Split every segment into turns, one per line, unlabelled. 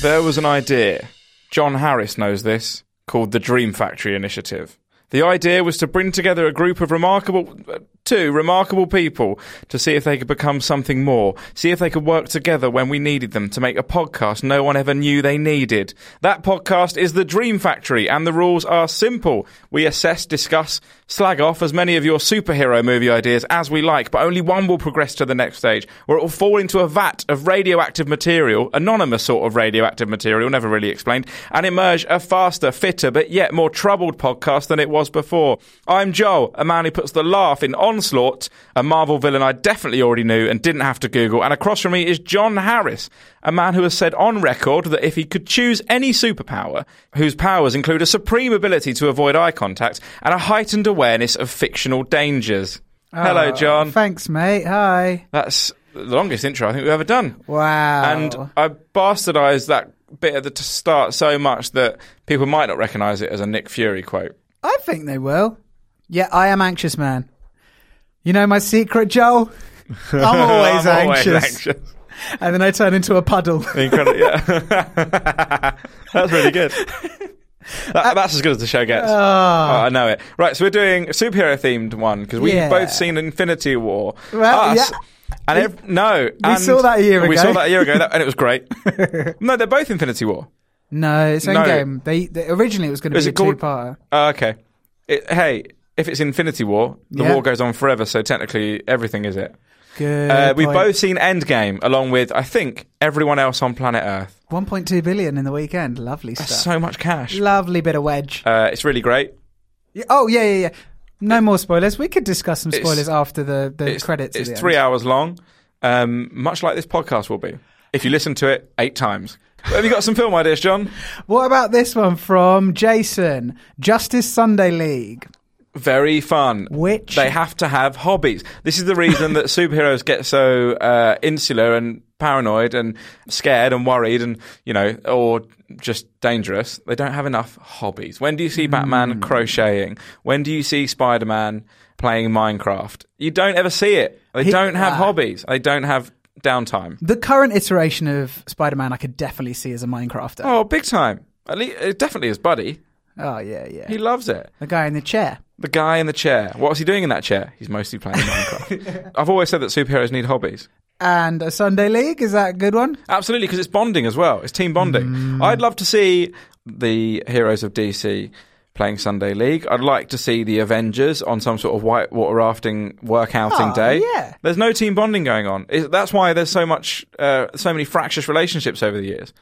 There was an idea, John Harris knows this, called the Dream Factory Initiative. The idea was to bring together a group of remarkable, uh, two remarkable people to see if they could become something more, see if they could work together when we needed them to make a podcast no one ever knew they needed. That podcast is The Dream Factory, and the rules are simple. We assess, discuss, slag off as many of your superhero movie ideas as we like, but only one will progress to the next stage, where it will fall into a vat of radioactive material, anonymous sort of radioactive material, never really explained, and emerge a faster, fitter, but yet more troubled podcast than it was before. I'm Joel, a man who puts the laugh in Onslaught, a Marvel villain I definitely already knew and didn't have to Google, and across from me is John Harris, a man who has said on record that if he could choose any superpower, whose powers include a supreme ability to avoid eye contact and a heightened awareness of fictional dangers. Hello,
Oh,
John.
Thanks, mate. Hi.
That's the longest intro I think we've ever done.
Wow.
And I bastardised that bit at the t- start so much that people might not recognise it as a Nick Fury quote.
I think they will. Yeah, I am anxious, man. You know my secret, Joel? I'm always,
I'm always
anxious.
anxious.
And then I turn into a puddle.
Incredible, yeah. that's really good.
Uh,
That, that's as good as the show gets. Oh, I know it. Right, so we're doing a superhero themed one because we've
Ah. Yeah.
both seen Infinity War.
Well,
Us,
yeah.
And ev- no, we
saw that a year
We
ago.
saw that a year ago, that- and it was great. no, they're both Infinity War.
no, it's
No.
Endgame. They, they originally it was going to
Is
be a
it called-
two-parter.
Oh, okay. It, hey, if it's Infinity War, the
Yeah.
war goes on forever, so technically everything is it.
Good.
Uh, we've
point.
both seen Endgame along with, I think, everyone else on planet Earth.
1.2 billion in the weekend. Lovely stuff.
That's so much cash.
Lovely bit of wedge.
Uh, it's really great.
Yeah, oh yeah, yeah, yeah. No more spoilers. We could discuss some
It's-
spoilers after the, the
it's,
credits. at
It's
the
three
end.
hours long, um, much like this podcast will be. If you listen to it eight times. Have you got some film ideas, John?
What about this one from Jason? Justice Sunday League.
Very fun.
Which-
they have to have hobbies. This is the reason that superheroes get so uh, insular and paranoid and scared and worried and you know, or just dangerous. They don't have enough hobbies. When do you see Batman crocheting? When do you see Spider Man playing Minecraft? You don't ever see it. They
He-
don't have
Ah.
hobbies. They don't have downtime.
The current iteration of Spider Man I could definitely see as a Minecrafter. Oh,
Oh, big time. At least, it definitely is Buddy.
yeah, yeah.
He loves it.
the guy in the chair.
The guy in the chair. What was he doing in that chair? He's mostly playing Minecraft. I've always said that superheroes need hobbies.
And a Sunday League, is that a good one?
Absolutely, because it's bonding as well. It's team bonding.
Mm.
I'd love to see the heroes of DC playing Sunday League. I'd like to see the Avengers on some sort of white water rafting workouting
Ah,
day.
yeah.
There's no team bonding going on. It- that's why there's so much, uh, so many fractious relationships over the years.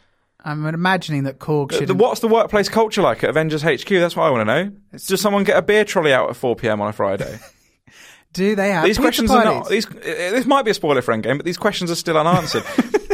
I'm imagining that Korg should.
Uh, The, what's the workplace culture like at Avengers HQ? That's what I want to know. Does someone get a beer trolley out at 4 p.m. on a Friday?
do they have
these
pizza
questions
parties?
are not. These, uh, this might be a spoiler friend game, but these questions are still unanswered.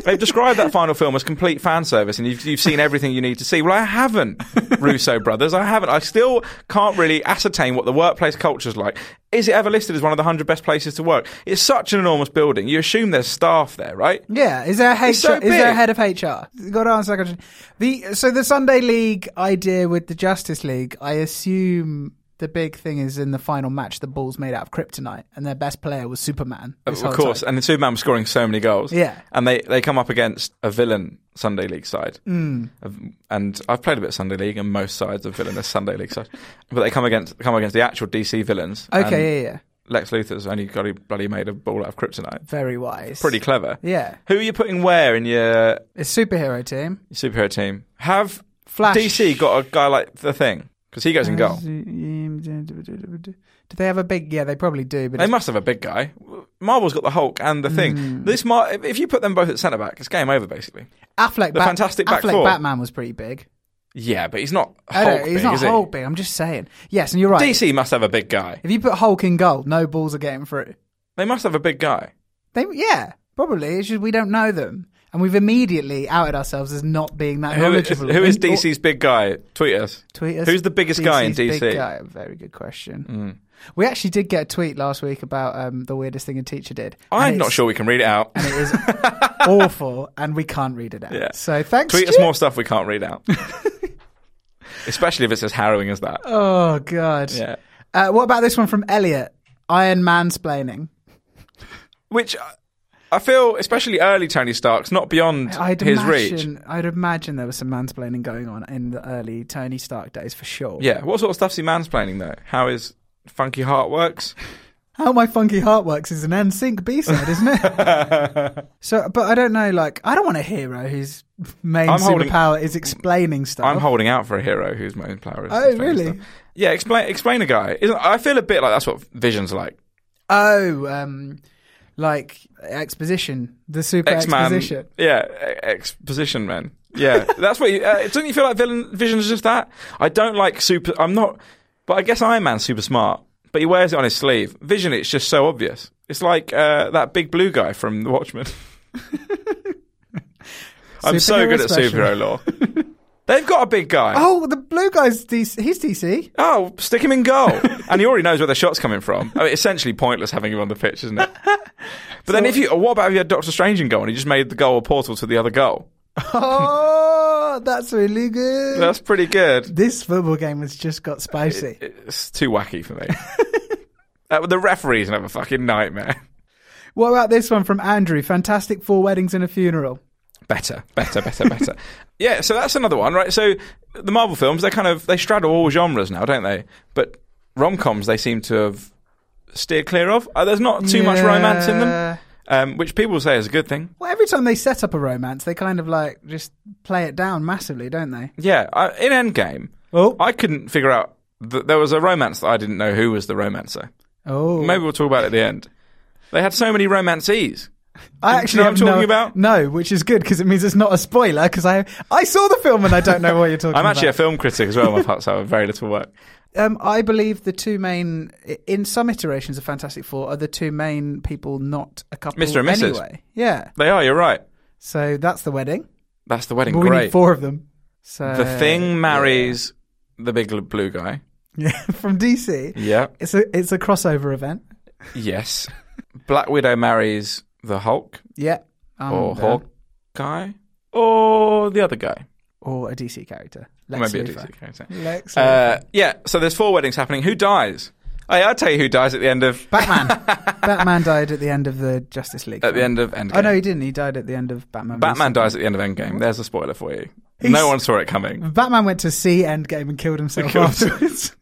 They've described that final film as complete fan service, and you've, you've seen everything you need to see. Well, I haven't, Russo brothers. I haven't. I still can't really ascertain what the workplace culture's like. Is it ever listed as one of the hundred best places to work? It's such an enormous building. You assume there's staff there, right?
Yeah, is there a HR?
It's so
is there a
big.
head of HR? Got to answer that question. The so the Sunday League idea with the Justice League, I assume the big thing is in the final match, the Bulls made out of kryptonite, and their best player was Superman. this
of
whole
course,
time.
and the Superman was scoring so many goals.
Yeah.
and they, they come up against a villain Sunday League side,
Hmm.
mm. and I've played a bit of Sunday League, and most sides are villainous Sunday League side, but they come against come against the actual DC villains. and
Okay, yeah, yeah,
Lex Luthor's only got he bloody made a ball out of kryptonite.
very wise.
Pretty clever.
Yeah,
Who are you putting where in your
it's superhero team.
superhero team? Have
Flash.
DC got a guy like the thing because he goes in goal.
mm, Do they have a big? Yeah, they probably do. But
They
it's-
must have a big guy. Marvel's got the Hulk and the Thing.
Hmm.
This Mar- if- if you put them both at centre back, it's game over basically.
Affleck,
the
Bat-
fantastic back
Affleck
four.
Batman was pretty big.
Yeah, but he's not
I
Hulk.
don't, he's
big,
not
is he?
Hulk big. I'm just saying. Yes, and you're right.
DC must have a big guy.
If you put Hulk in goal, no balls are getting through.
They must have a big guy.
They, yeah, probably. It's just we don't know them, and we've immediately outed ourselves as not being that
Who is,
knowledgeable.
who is
Or-
DC's big guy? Tweet us.
Tweet us.
Who's the biggest guy in Mm.
DC's
DC?
big guy. Very good question. We actually did get a tweet last week about um, the weirdest thing a teacher did. and
I'm not
it's-
sure we can read it out.
It is awful, and we can't read it out.
Yeah.
So thanks.
Tweet us
Stu-
more stuff we can't read out. Especially if it's as harrowing as that.
Oh god.
Yeah.
Uh, what about this one from Elliot? Iron mansplaining.
Which uh, I feel, especially early Tony Stark's, not beyond
I'd
his reach.
imagine. I'd imagine there was some mansplaining going on in the early Tony Stark days for sure.
Yeah. What sort of stuff's he mansplaining though? How his funky heart works?
How My Funky Heart Works is an NSYNC B-side, isn't it? so, but I don't know, like, I don't want a hero whose main
I'm holding-
superpower is explaining stuff.
I'm holding out for a hero who's main player. is-
Oh,
is famous
really?
stuff. Yeah. Explain. Explain a guy. Isn't, I feel a bit like that's what Vision's like.
oh, um, like, exposition. The super
X Man.
exposition.
Yeah. e- Exposition man. Yeah. that's what. You, uh, don't you feel like villain Vision's just that? I don't like super. I'm not. But I guess Iron Man's super smart. But he wears it on his sleeve. Vision, it's just so obvious. It's like uh, that big blue guy from The Watchmen. I'm so
Superhero
good at
special.
superhero lore. They've got a big guy.
Oh, the blue guy's DC. He's DC.
Oh, stick him in goal. and he already knows where the shot's coming from. I mean, essentially pointless having him on the pitch, isn't it? But then if you, what about if you had Doctor Strange in goal and he just made the goal a portal to the other goal?
Oh, that's really good.
That's pretty good.
this football game has just got spicy.
It's too wacky for me. Uh, the referee's have a fucking nightmare.
What about this one from Andrew? Fantastic Four Weddings and a Funeral.
Better, better, better, better. yeah, so that's another one, right? So the Marvel films, they kind of, they straddle all genres now, don't they? But rom-coms, they seem to have steered clear of. Uh, there's not too much romance in them,
Yeah.
um, which people say is a good thing.
Well, every time they set up a romance, they kind of like just play it down massively, don't they?
Yeah, I, in Endgame,
Oh.
I couldn't figure out that there was a romance that I didn't know who was the romancer.
Oh,
Maybe we'll talk about it at the end. They had so many romancees.
I
you
actually
know what
have
I'm talking
no,
about?
no, which is good because it means it's not a spoiler. Because I I saw the film and I don't know what you're talking
I'm actually a
about.
film critic as well, my part, so I have very little work.
um, I believe the two main in some iterations of Fantastic Four are the two main people, not a couple.
Mr. and Mrs..
Anyway, yeah.
They are, you're right.
So that's the wedding.
That's the wedding.
But we
Great.
need four of them. So
the thing marries the big l- blue guy.
yeah, from DC.
Yeah.
It's a it's a crossover event.
Yes. Black Widow marries the Hulk
Yeah. Um,
or Hawkeye or the other guy.
or a DC character.
Or
Lex
maybe a
Luthor.
DC character.
Lex
Uh, yeah, so there's four weddings happening. Who dies? I, I'll tell you who dies at the end of
Batman. Batman died at the end of the Justice League.
at the
film.
end of Endgame.
Oh no, he didn't. He died at the end of Batman.
Batman
v
dies at the end of Endgame. There's a spoiler for you.
He's-
No one saw it coming.
Superman. Batman went to see Endgame and killed himself
killed
afterwards.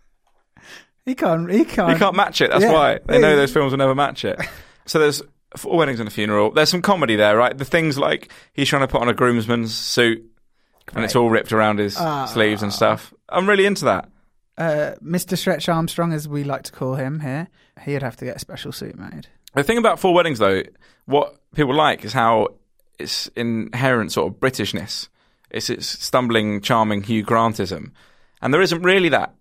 he can't. He can't.
You can't match it. That's
Yeah.
why they
Yeah.
know those films will never match it. So there's four weddings and a funeral. There's some comedy there, right? The things like he's trying to put on a groomsman's suit, and it's all ripped around his
Ah.
sleeves and stuff. I'm really into that.
Uh, Mr. Stretch Armstrong, as we like to call him here, he'd have to get a special suit made.
The thing about Four Weddings, though, what people like is how it's inherent sort of Britishness. It's its stumbling, charming Hugh Grantism, and there isn't really that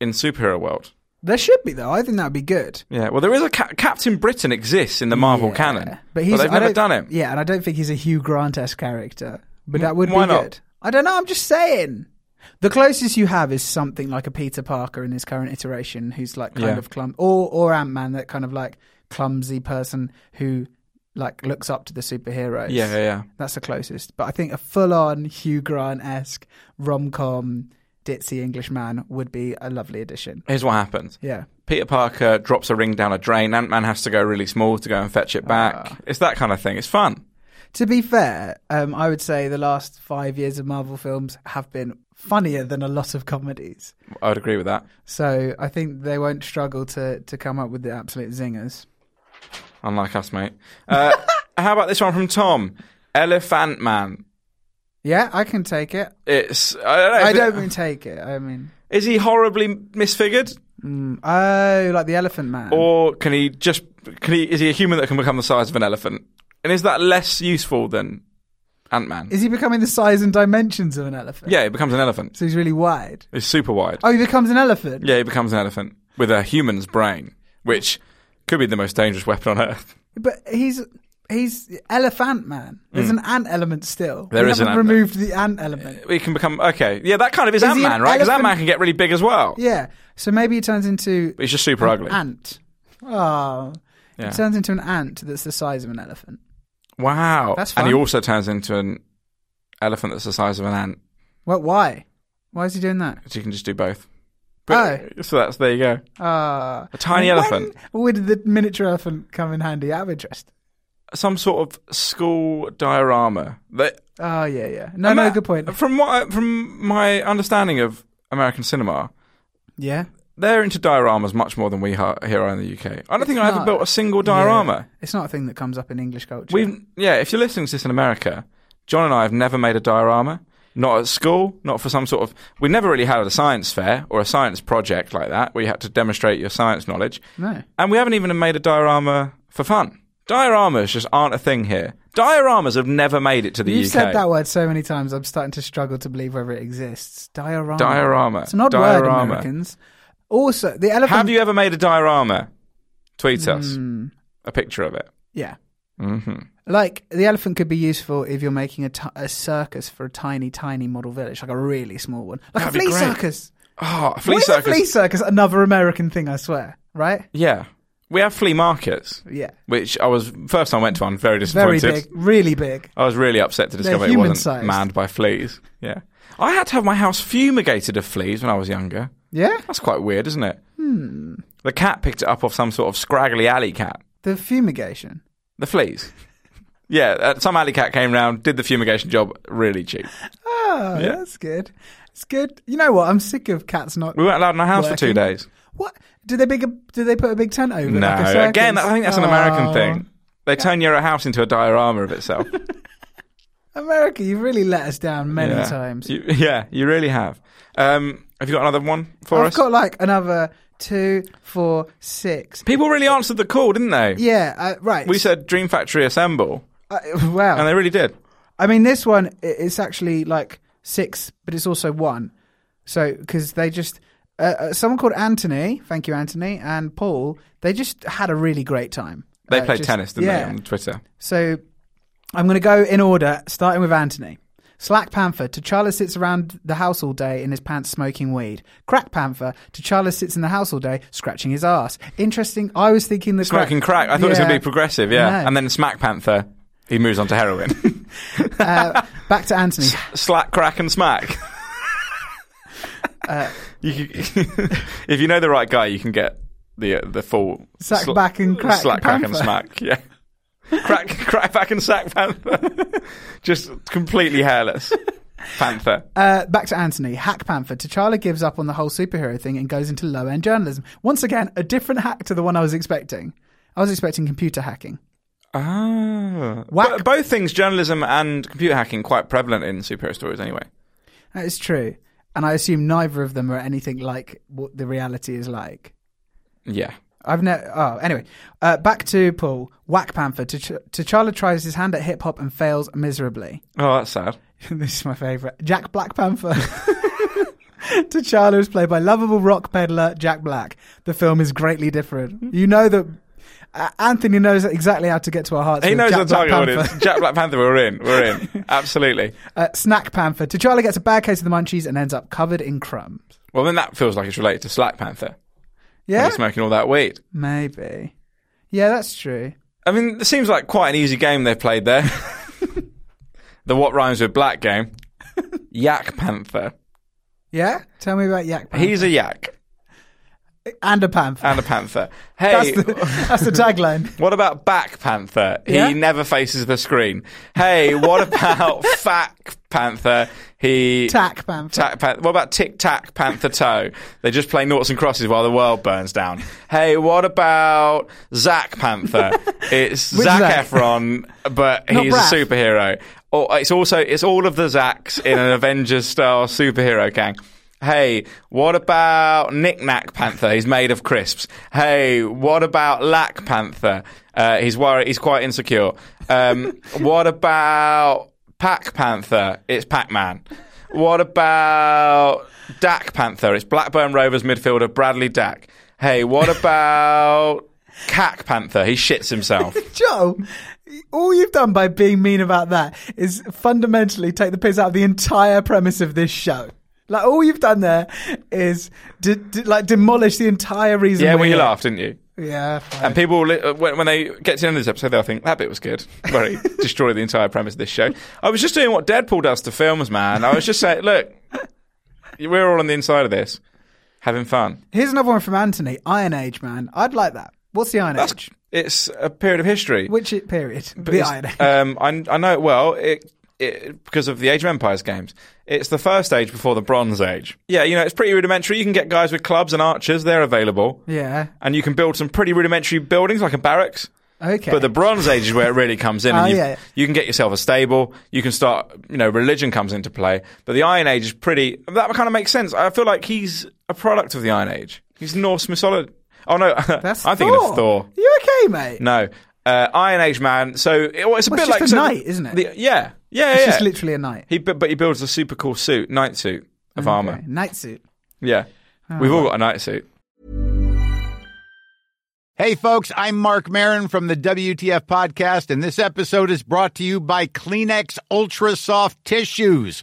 in superhero world.
There should be though. I think that'd be good.
Yeah, well, there is a ca- Captain Britain exists in the Marvel canon, but, they've
I
never
don't-
done it.
Yeah, and I don't think he's a Hugh Grant-esque character, but that would
why
be
not?
good. I don't know. I'm just saying. The closest you have is something like a Peter Parker in his current iteration, who's like kind
Yeah.
of clum, or or Ant Man, that kind of like clumsy person who like looks up to the superheroes.
Yeah, yeah, yeah.
That's the closest. But I think a full-on Hugh Grant-esque rom-com ditzy English man would be a lovely addition.
Here's what happens.
Yeah.
Peter Parker drops a ring down a drain. Ant Man has to go really small to go and fetch it back.
Ah.
it's that kind of thing. It's fun.
To be fair, um, I would say the last five years of Marvel films have been funnier than a lot of comedies.
I would agree with that.
So I think they won't struggle to, to come up with the absolute zingers.
Unlike us, mate. Uh, how about this one from Tom? Elephant Man.
Yeah, I can take it.
It's I don't know.
I
if it-
don't mean take it. I mean,
Is he horribly misfigured,
oh, like the Elephant Man.
or can he just can he? Is he a human that can become the size of an elephant? And is that less useful than Ant Man?
Is he becoming the size and dimensions of an elephant?
Yeah, he becomes an elephant.
So he's really wide.
He's super wide.
Oh, he becomes an elephant.
Yeah, he becomes an elephant with a human's brain, which could be the most dangerous weapon on earth.
But he's he's Elephant Man. There's an ant element still.
Hmm. There
we
is an
haven't
ant-
removed the ant element.
He can become okay. Yeah, that kind of is,
Is
Ant
he an
Man, right? Because
elephant?
Ant Man can get really big as well.
Yeah. So maybe he turns into
But he's just super ugly.
ant. Oh.
Yeah.
It turns into an ant that's the size of an elephant.
Wow.
That's
And he
fun.
also turns into an elephant that's the size of an ant.
Well, why? Why is he doing that?
So you can just do both. uh,
Oh.
So that's there you go.
Ah.
A tiny
When
elephant.
Would the miniature elephant come in handy? Out of interest.
Some sort of school diorama. That
Oh yeah, yeah. No,
Ama-
no, good point.
From what I- from my understanding of American cinema,
Yeah.
they're into dioramas much more than we are here in the UK. I don't think I ever
not-
built a single diorama.
Yeah. It's not a thing that comes up in English culture.
We've yeah. If you're listening to this in America, John and I have never made a diorama. Not at school. Not for some sort of. We never really had a science fair or a science project like that where you had to demonstrate your science knowledge.
No.
And we haven't even made a diorama for fun. Dioramas just aren't a thing here. Dioramas have never made it to the
You've
UK.
said that word so many times, I'm starting to struggle to believe whether it exists. Diorama.
Diorama.
It's an odd
Diorama.
word, Americans. Also, the elephant.
Have you ever made a diorama? Tweet us
Hmm.
a picture of it.
Yeah. Mm-hmm. Like, the elephant could be useful if you're making a ti- a circus for a tiny, tiny model village, like a really small one. Like
That'd
a
be
flea
great.
circus.
Oh, a flea
What is
circus.
a flea circus? Another American thing, I swear. Right?
Yeah. We have flea markets,
Yeah.
which I was first time I went to one very
Very
disappointed.
big. Really big.
I was really upset to discover it wasn't
human-sized.
manned by fleas. Yeah. I had to have my house fumigated of fleas when I was younger.
Yeah?
That's quite weird, isn't it? Hmm. The cat picked it up off some sort of scraggly alley cat.
The fumigation.
The fleas. yeah, uh, some alley cat came round, did the fumigation job really cheap.
Oh,
Yeah.
that's good. It's good. You know what? I'm sick of cats not.
We weren't allowed in our house for two
Working.
days.
What? Do they big? A, do they put a big tent over?
No,
like a circus?
again, I think that's an American
Oh.
thing. They turn your house into a diorama of itself.
America, you've really let us down many
yeah.
times.
You, yeah, you really have. Um, have you got another one for
I've
us?
got like another two, four, six.
People really answered the call, didn't they?
Yeah, uh, right.
We said Dream Factory assemble,
uh, wow.
and they really did.
I mean, this one i- it's actually like six, but it's also one. So because they just uh, uh, someone called Anthony, thank you, Anthony, and Paul, they just had a really great time.
They
Uh,
played
just-
tennis, didn't they,
yeah.
on Twitter?
So I'm going to go in order, starting with Anthony. Slack Panther, T'Challa sits around the house all day in his pants smoking weed. Crack Panther, T'Challa sits in the house all day scratching his ass. Interesting. I was thinking the
Smoking crack. I thought it was going to be progressive, yeah.
No.
And then Smack Panther, he moves on to heroin.
Back to Anthony.
Slack, crack, and smack.
Uh.
You can- if you know the right guy, you can get the uh, the full
Sack back and crack
slack, crack, and
panther.
smack. Yeah, crack, crack back and sack panther. Just completely hairless panther.
Uh, back to Anthony. Hack Panther. T'Challa gives up on the whole superhero thing and goes into low end journalism. Once again, a different hack to the one I was expecting. I was expecting computer hacking.
Ah,
Whack.
But both things, journalism and computer hacking, quite prevalent in superhero stories anyway.
That is true. And I assume neither of them are anything like what the reality is like.
Yeah.
I've never. Oh, anyway, uh, back to Paul. Whack Panther. T'Ch- T'Challa tries his hand at hip hop and fails miserably.
Oh, that's sad.
this is my favorite. Jack Black Panther. T'Challa is played by lovable rock peddler Jack Black. The film is greatly different.
Mm-hmm.
You know that uh, Anthony knows exactly how to get to our hearts.
He
with
knows
Jack
the
Black
target
Panther.
audience. Jack Black Panther, we're in. We're in. Absolutely.
Uh, Snack Panther. T'Challa gets a bad case of the munchies and ends up covered in crumbs.
Well, then that feels like it's related to Slack Panther. when
Yeah,
He's smoking all that weed.
maybe. Yeah, that's true.
I mean, it seems like quite an easy game they've played there. the what rhymes with black game. Yak Panther.
Yeah? Tell me about Yak Panther.
He's a yak
and a panther.
and a panther. Hey,
that's, the, that's the tagline.
what about back panther? He
Yeah?
never faces the screen. Hey, what about fac panther? He
Tack panther.
Tac, pan- what about Tic Tac Panther Toe? They just play noughts and crosses while the world burns down. Hey, what about Zack Panther? It's
Which
Zac
Zac?
Efron, but
Not
he's a
Braff.
superhero. Or it's also it's all of the Zacks in an Avengers style superhero gang. Hey, what about Knick Knack Panther? He's made of crisps. Hey, what about Lack Panther? Uh, he's worried. He's quite insecure. Um, what about Pac Panther? It's Pac Man. What about Dak Panther? It's Blackburn Rovers midfielder Bradley Dak. Hey, what about Cack Panther? He shits himself.
Joe, all you've done by being mean about that is fundamentally take the piss out of the entire premise of this show. Like all you've done there is de- de- like demolish the entire reason.
Yeah,
we're
well, you
here.
laughed, didn't you?
Yeah, fine.
And people, will li- uh, when, when they get to the end of this episode, they'll think that bit was good. Where he destroyed the entire premise of this show. I was just doing what Deadpool does to films, man. I was just saying, look, we're all on the inside of this, having fun.
here's another one from Anthony. Iron Age, man. I'd like that. What's the Iron Age?
That's, it's a period of history.
Which it- period?
But
the
it's-
Iron Age.
Um, I, I know it well. It, it because of the Age of Empires games. It's the first age before the Bronze Age. Yeah, you know, it's pretty rudimentary. You can get guys with clubs and archers; they're available.
yeah.
And you can build some pretty rudimentary buildings, like a barracks.
Okay.
But the Bronze Age is where it really comes in.
Oh,
and you,
yeah.
you can get yourself a stable. You can start, you know, religion comes into play. But the Iron Age is pretty. That kind of makes sense. I feel like he's a product of the Iron Age. He's Norse mythology. Oh no,
That's
I'm
Thor.
thinking of Thor.
You okay, mate?
No, uh, Iron Age man. So it- well, it's a
Well,
bit
it's
like
just a
so
knight, isn't it?
the- yeah, yeah,
It's
yeah.
just literally a knight.
he, bu- but he builds a super cool suit, night suit of armor.
Okay. Ah, Night suit.
Yeah, we've all got a night suit.
Hey, folks, I'm Mark Marin from the WTF Podcast, and this episode is brought to you by Kleenex Ultra Soft Tissues,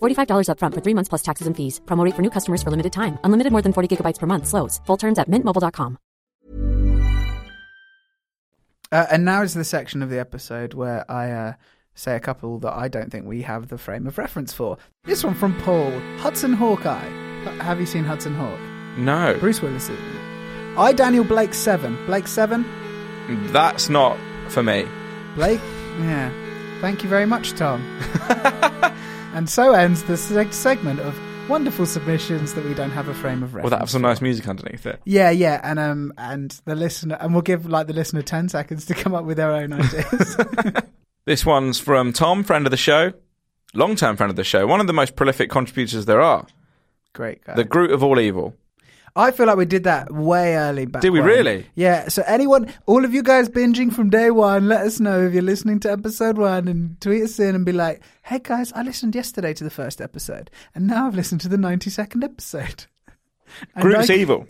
$45 upfront for three months plus taxes and fees. Promo rate for new customers for limited time. Unlimited more than 40 gigabytes per month. Slows. Full terms at mintmobile.com.
Uh, and now is the section of the episode where I uh, say a couple that I don't think we have the frame of reference for. This one from Paul Hudson Hawkeye. H- Have you seen Hudson Hawk?
No,
Bruce Willis. is in it. I Daniel Blake Seven. Blake Seven.
that's not for me.
Blake. Yeah. Thank you very much, Tom. and so ends the seg- segment of wonderful submissions that we don't have a frame of
Well,
reference.
that have some nice music underneath it.
Yeah, yeah, and um, and the listener, and we'll give like the listener ten seconds to come up with their own ideas.
This one's from Tom, friend of the show, long term friend of the show, one of the most prolific contributors there are,
Great guy.
the Groot of all evil.
I feel like we did that way early back.
Did we
when.
really?
Yeah. So anyone, all of you guys binging from day one, let us know if you're listening to episode one and tweet us in and be like, "Hey guys, I listened yesterday to the first episode, and now I've listened to the 90 second episode." And
Groot's
I-
evil.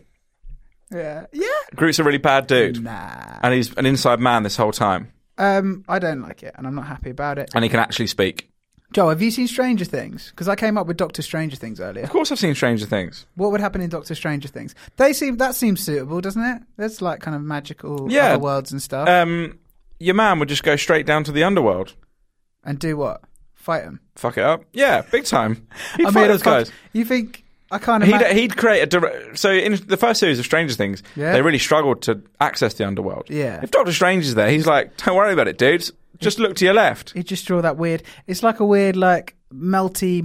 Yeah. Yeah.
Groot's a really bad dude,
Nah.
and he's an inside man this whole time,
Um, I don't like it, and I'm not happy about it.
and he can actually speak.
Joe, have you seen Stranger Things? Because I came up with Doctor Stranger Things earlier.
Of course, I've seen Stranger Things.
What would happen in Doctor Stranger Things? They seem that seems suitable, doesn't it? There's like kind of magical
Yeah. Uh,
other worlds and stuff.
Um, your man would just go straight down to the underworld.
and do what? Fight them.
Fuck it up. Yeah, big time. He'd
I
fight
mean,
those
it's like-
guys.
you think I can't
He'd,
imagine?
he'd create a direct. So in the first series of Stranger Things,
Yeah.
they really struggled to access the underworld.
Yeah.
If Doctor Strange is there, he's like, don't worry about it, dudes. Just look to your left.
He'd just draw that weird. It's like a weird, like melty,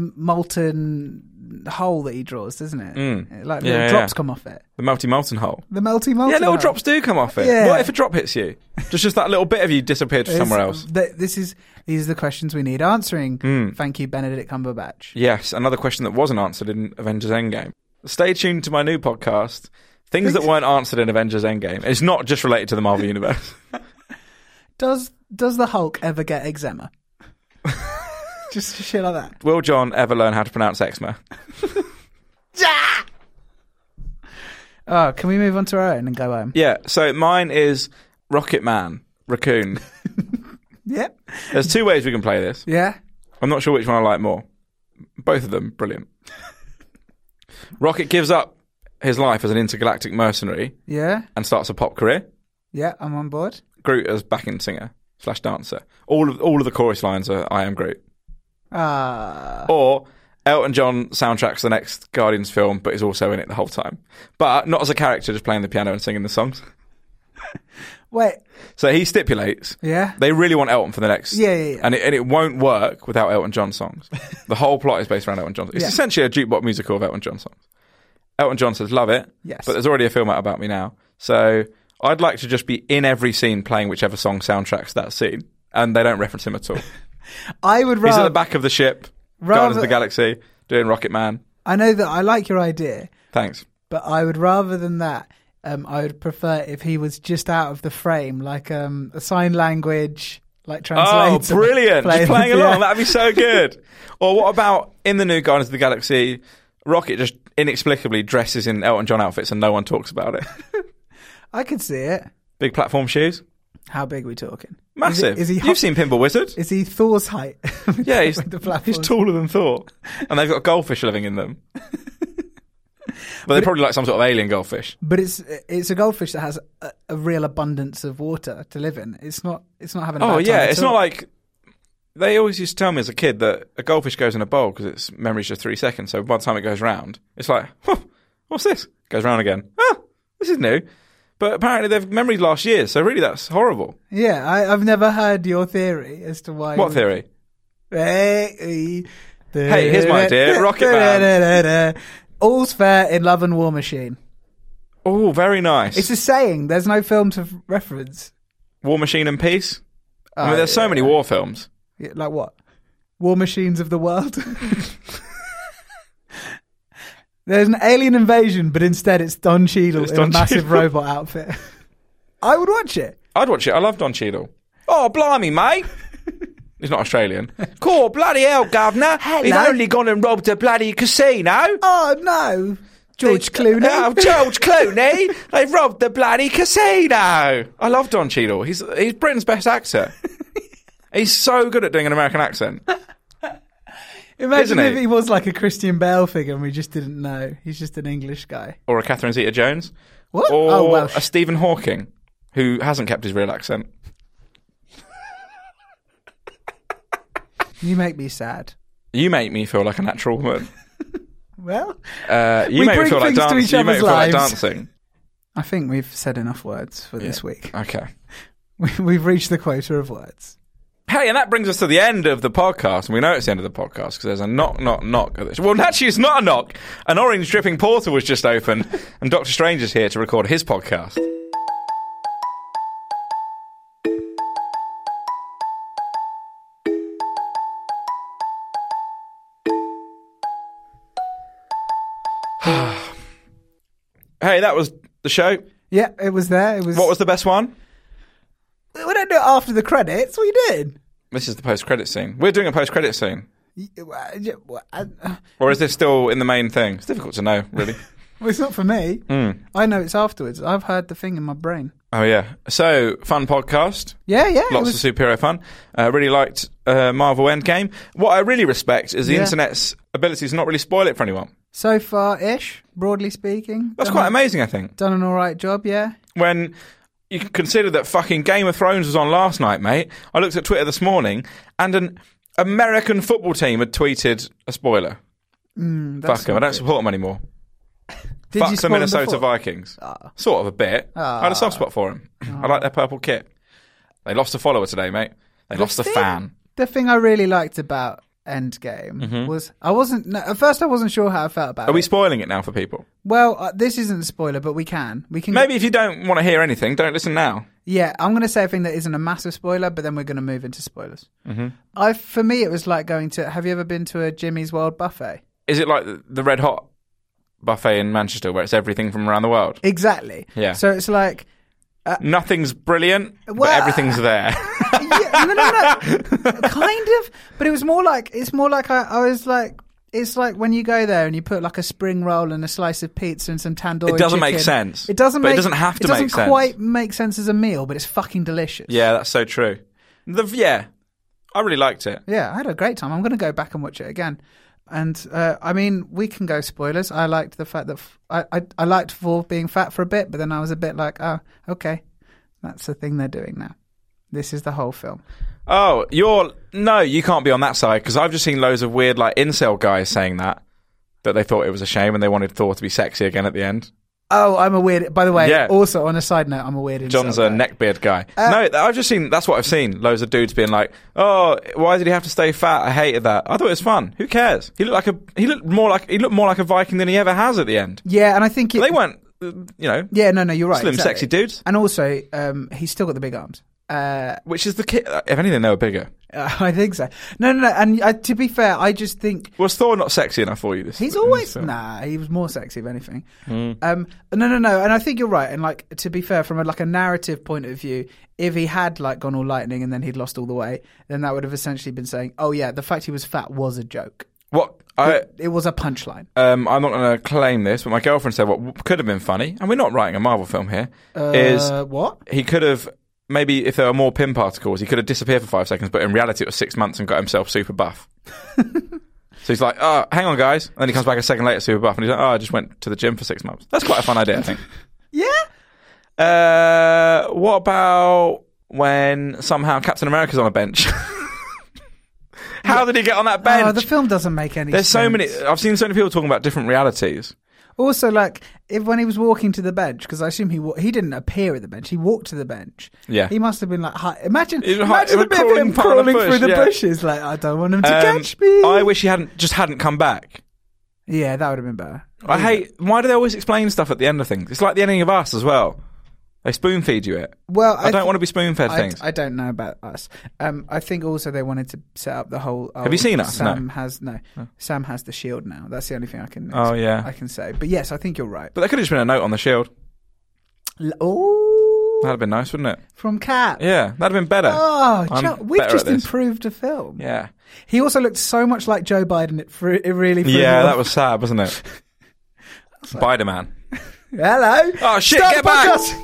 molten hole that he draws, doesn't it? Mm. Like little
Yeah, yeah.
drops come off it.
The multi molten hole.
The melty, molten.
yeah, little
hole.
drops do come off it.
Yeah.
What if a drop hits you? Just just that little bit of you disappeared to
It's-
somewhere else. Mm.
th- this is these are the questions we need answering. Thank you, Benedict Cumberbatch.
Yes, another question that wasn't answered in Avengers Endgame. Stay tuned to my new podcast, Things That Weren't Answered in Avengers Endgame. It's not just related to the Marvel Universe.
Does does the Hulk ever get eczema? Just shit like that.
Will John ever learn how to pronounce eczema?
Oh, can we move on to our own and go home?
Yeah, so mine is Rocket Man, Raccoon.
Yep.
There's two ways we can play this.
Yeah.
I'm not sure which one I like more. Both of them, brilliant. Rocket gives up his life as an intergalactic mercenary
Yeah.
and starts a pop career.
Yeah. I'm on board.
Groot as backing singer slash dancer. All of all of the chorus lines are "I am Groot."
Ah.
Or Elton John soundtracks the next Guardians film, but is also in it the whole time, but not as a character, just playing the piano and singing the songs.
Wait.
So he stipulates.
Yeah.
They really want Elton for the next.
Yeah, yeah, yeah.
And it, and it won't work without Elton John songs. the whole plot is based around Elton John. It's
Yeah.
essentially a jukebox musical of Elton John songs. Elton John says, "Love it."
Yes.
But there's already a film out about me now, so I'd like to just be in every scene playing whichever song soundtracks that scene, and they don't reference him at all.
I would
He's at
rather.
the back of the ship, Guardians
rather-
of the Galaxy, doing Rocket Man.
I know that I like your idea,
Thanks.
but I would rather than that. Um, I would prefer if he was just out of the frame, like um, a sign language, like
Oh,
translator.
brilliant! just playing
yeah.
along. That'd be so good. or what about in the new Guardians of the Galaxy, Rocket just inexplicably dresses in Elton John outfits and no one talks about it.
I could see it.
Big platform shoes,
How big are we talking?
massive.
Is he? Is he,
You've seen Pinball Wizard?
is he Thor's height? With
yeah,
the-
he's,
with the platform.
he's taller than Thor, and they've got goldfish living in them. but they're probably like some sort of alien goldfish.
But it's it's a goldfish that has a, a real abundance of water to live in. It's not it's not having. A
Oh
bad
yeah,
time at
it's not
all.
like they always used to tell me as a kid that a goldfish goes in a bowl because its memory's just three seconds. So by the time it goes round, it's like, "Huh, what's this? Goes round again. Ah, this is new. But apparently they've memories last year, so really that's horrible.
Yeah, I, I've never heard your theory as to why.
What theory?
Hey,
Hey, here's my idea. Rocket
Man. All's fair in love and war machine.
Oh, very nice.
It's a saying. There's no film to reference.
War Machine and Peace. I mean,
Uh,
there's so many war films.
Yeah, Like what? War machines of the world. There's an alien invasion, but instead it's Don Cheadle
It's
in
Don
a massive
Cheadle.
robot outfit. I would watch it.
I'd watch it. I love Don Cheadle. Oh, blimey, mate. He's not Australian. Cool, bloody hell, governor. He's
Hello.
only gone and robbed a bloody casino.
Oh no, George
They-
Clooney.
Oh, George Clooney. They've robbed the bloody casino. I love Don Cheadle. He's he's Britain's best actor. he's so good at doing an American accent.
Imagine
isn't
if
he?
he was like a Christian Bale figure and we just didn't know. He's just an English guy.
Or a Catherine Zeta Jones.
What?
Or
oh well,
a Stephen Hawking, who hasn't kept his real accent.
you make me sad.
You make me feel like a natural woman.
Well,
Uh, you
We
make me
bring
feel like
things to
dancing.
each
You make me
other's
feel like
lives.
dancing.
I think we've said enough words for this week.
Okay.
We- We've reached the quota of words.
Hey, and that brings us to the end of the podcast. And we know it's the end of the podcast because there's a knock, knock, knock. at this- Well, actually, it's not a knock. An orange dripping portal was just opened, and Doctor Strange is here to record his podcast. hey, that was the show.
Yeah, it was there. It was.
What was the best one?
We don't do it after the credits. What are you doing?
This is the post-credit scene. We're doing a post-credit scene.
You- uh, you- well, I- uh,
Or is this still in the main thing? It's difficult to know, really.
well, it's not for me.
Hmm.
I know it's afterwards. I've heard the thing in my brain.
oh, yeah. So, fun podcast.
Yeah, yeah. it
Lots
was-
of superhero fun. Uh, really liked uh, Marvel Endgame. What I really respect is the
Yeah.
internet's ability to not really spoil it for anyone.
so far, ish. Broadly speaking,
That's
done
quite
a-
amazing, I think.
Done an all right job. Yeah.
When you can consider that fucking Game of Thrones was on last night, mate. I looked at Twitter this morning, and an American football team had tweeted a spoiler.
Mm,
Fuck them. I don't support them anymore.
Did
Fuck
you
the
support them
Minnesota
before? Ah.
Vikings. Sort of a bit. I had a soft spot for them. I like their purple kit. They lost a follower today, mate. They lost a
thing-
fan.
The thing I really liked about Endgame was I wasn't no, at first I wasn't sure how I felt about
Mm-hmm. Are
it.
we spoiling it now for people?
well, uh, this isn't a spoiler, but we can. We can.
Maybe if you don't want to hear anything, don't listen now.
Yeah, I'm going to say a thing that isn't a massive spoiler, but then we're going to move into spoilers.
Mm-hmm.
I for me it was like going to. Have you ever been to a Jimmy's World buffet?
Is it like the- the Red Hot buffet in Manchester where it's everything from around the world?
Exactly.
Yeah.
So it's like
Nothing's brilliant, but
Uh, Well-
everything's there.
yeah, no, no, no. kind of. But it was more like it's more like I, I was like it's like when you go there and you put like a spring roll and a slice of pizza and some tandoori.
It doesn't make
chicken.
sense.
It doesn't.
But it
make,
doesn't have to
It doesn't
make sense.
quite make sense as a meal, but it's fucking delicious.
yeah, that's so true. The yeah, I really liked it.
Yeah, I had a great time. I'm going to go back and watch it again. And uh, I mean, we can go spoilers. I liked the fact that f- I, I I liked Vor being fat for a bit, but then I was a bit like, oh, okay, that's the thing they're doing now. This is the whole film.
Oh, you're no, you can't be on that side because I've just seen loads of weird like incel guys saying that that they thought it was a shame and they wanted Thor to be sexy again at the end.
Oh, I'm a weird. By the way,
Yeah.
also on a side note, I'm a weird.
John's a
insult guy. Uh,
neckbeard guy. no, th- I've just seen that's what I've seen. Loads of dudes being like, "Oh, why did he have to stay fat? I hated that. I thought it was fun. Who cares? He looked like a he looked more like he looked more like a Viking than he ever has at the end.
Yeah, and I think it,
They weren't, uh, you know,
Yeah, no, no, you're right.
slim,
exactly.
sexy dudes.
And also, um, he's still got the big arms. Uh,
Which is the ki If anything, they were bigger.
I think so. No, no, no. And uh, to be fair, I just think
Was Thor not sexy enough for you? This
He's
in this
always
film?
nah. He was more sexy, if anything.
Hmm.
Um, no, no, no. And I think you're right. And like to be fair, from a, like a narrative point of view, if he had like gone all lightning and then he'd lost all the weight, then that would have essentially been saying, "Oh yeah, the fact he was fat was a joke.
What I
It was a punchline."
um, I'm not going to claim this, but my girlfriend said what w- could have been funny, and we're not writing a Marvel film here. Is
Uh, what?
he could have maybe if there were more pin particles, he could have disappeared for five seconds, but in reality it was six months and got himself super buff. so he's like, oh, hang on, guys. And then he comes back a second later, super buff, and he's like, oh, I just went to the gym for six months. That's quite a fun idea, I think.
Yeah.
Uh, what about when somehow Captain America's on a bench? How did he get on that bench?
Oh, the film doesn't make any.
There's so
sense.
many. I've seen so many people talking about different realities.
Also, like if when he was walking to the bench, because I assume he wa- he didn't appear at the bench. He walked to the bench.
Yeah.
he must have been like, hi- imagine,
He was hi-
imagine
he was
the bit of
crawling
him
part of the
crawling through
bush,
the
yeah.
bushes. Like I don't want him to
Um,
catch me.
I wish he hadn't just hadn't come back.
yeah, that would have been better.
I hate. Why do they always explain stuff at the end of things? It's like the ending of Us as well. They spoon feed you it.
Well,
I, don't
thi-
want to be spoon fed
I,
things.
I don't know about us. Um, I think also they wanted to set up the whole. Oh,
Have you seen Us?
Sam
No.
has no. Sam has the shield now. That's the only thing I can.
Oh, yeah.
I can say. But yes, I think you're right.
but there could have just been a note on the shield.
L- oh,
That'd have been nice, wouldn't it?
from Cat.
Yeah, that'd have been better.
Oh,
I'm
Joe, we've
better at
just
this.
improved a film.
Yeah,
He also looked so much like Joe Biden. It, fru- it really. Threw me
yeah, that
off.
was sad, wasn't it? Spider Man.
Hello.
Oh shit!
Start
get
the
back.
podcast.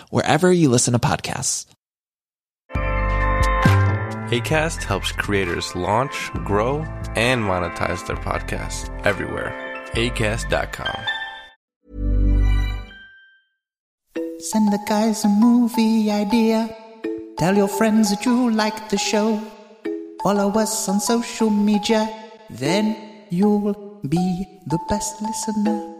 wherever you listen to podcasts.
ACAST helps creators launch, grow, and monetize their podcasts everywhere. ACAST.com.
Send the guys a movie idea. Tell your friends that you like the show. Follow us on social media. Then you'll be the best listener.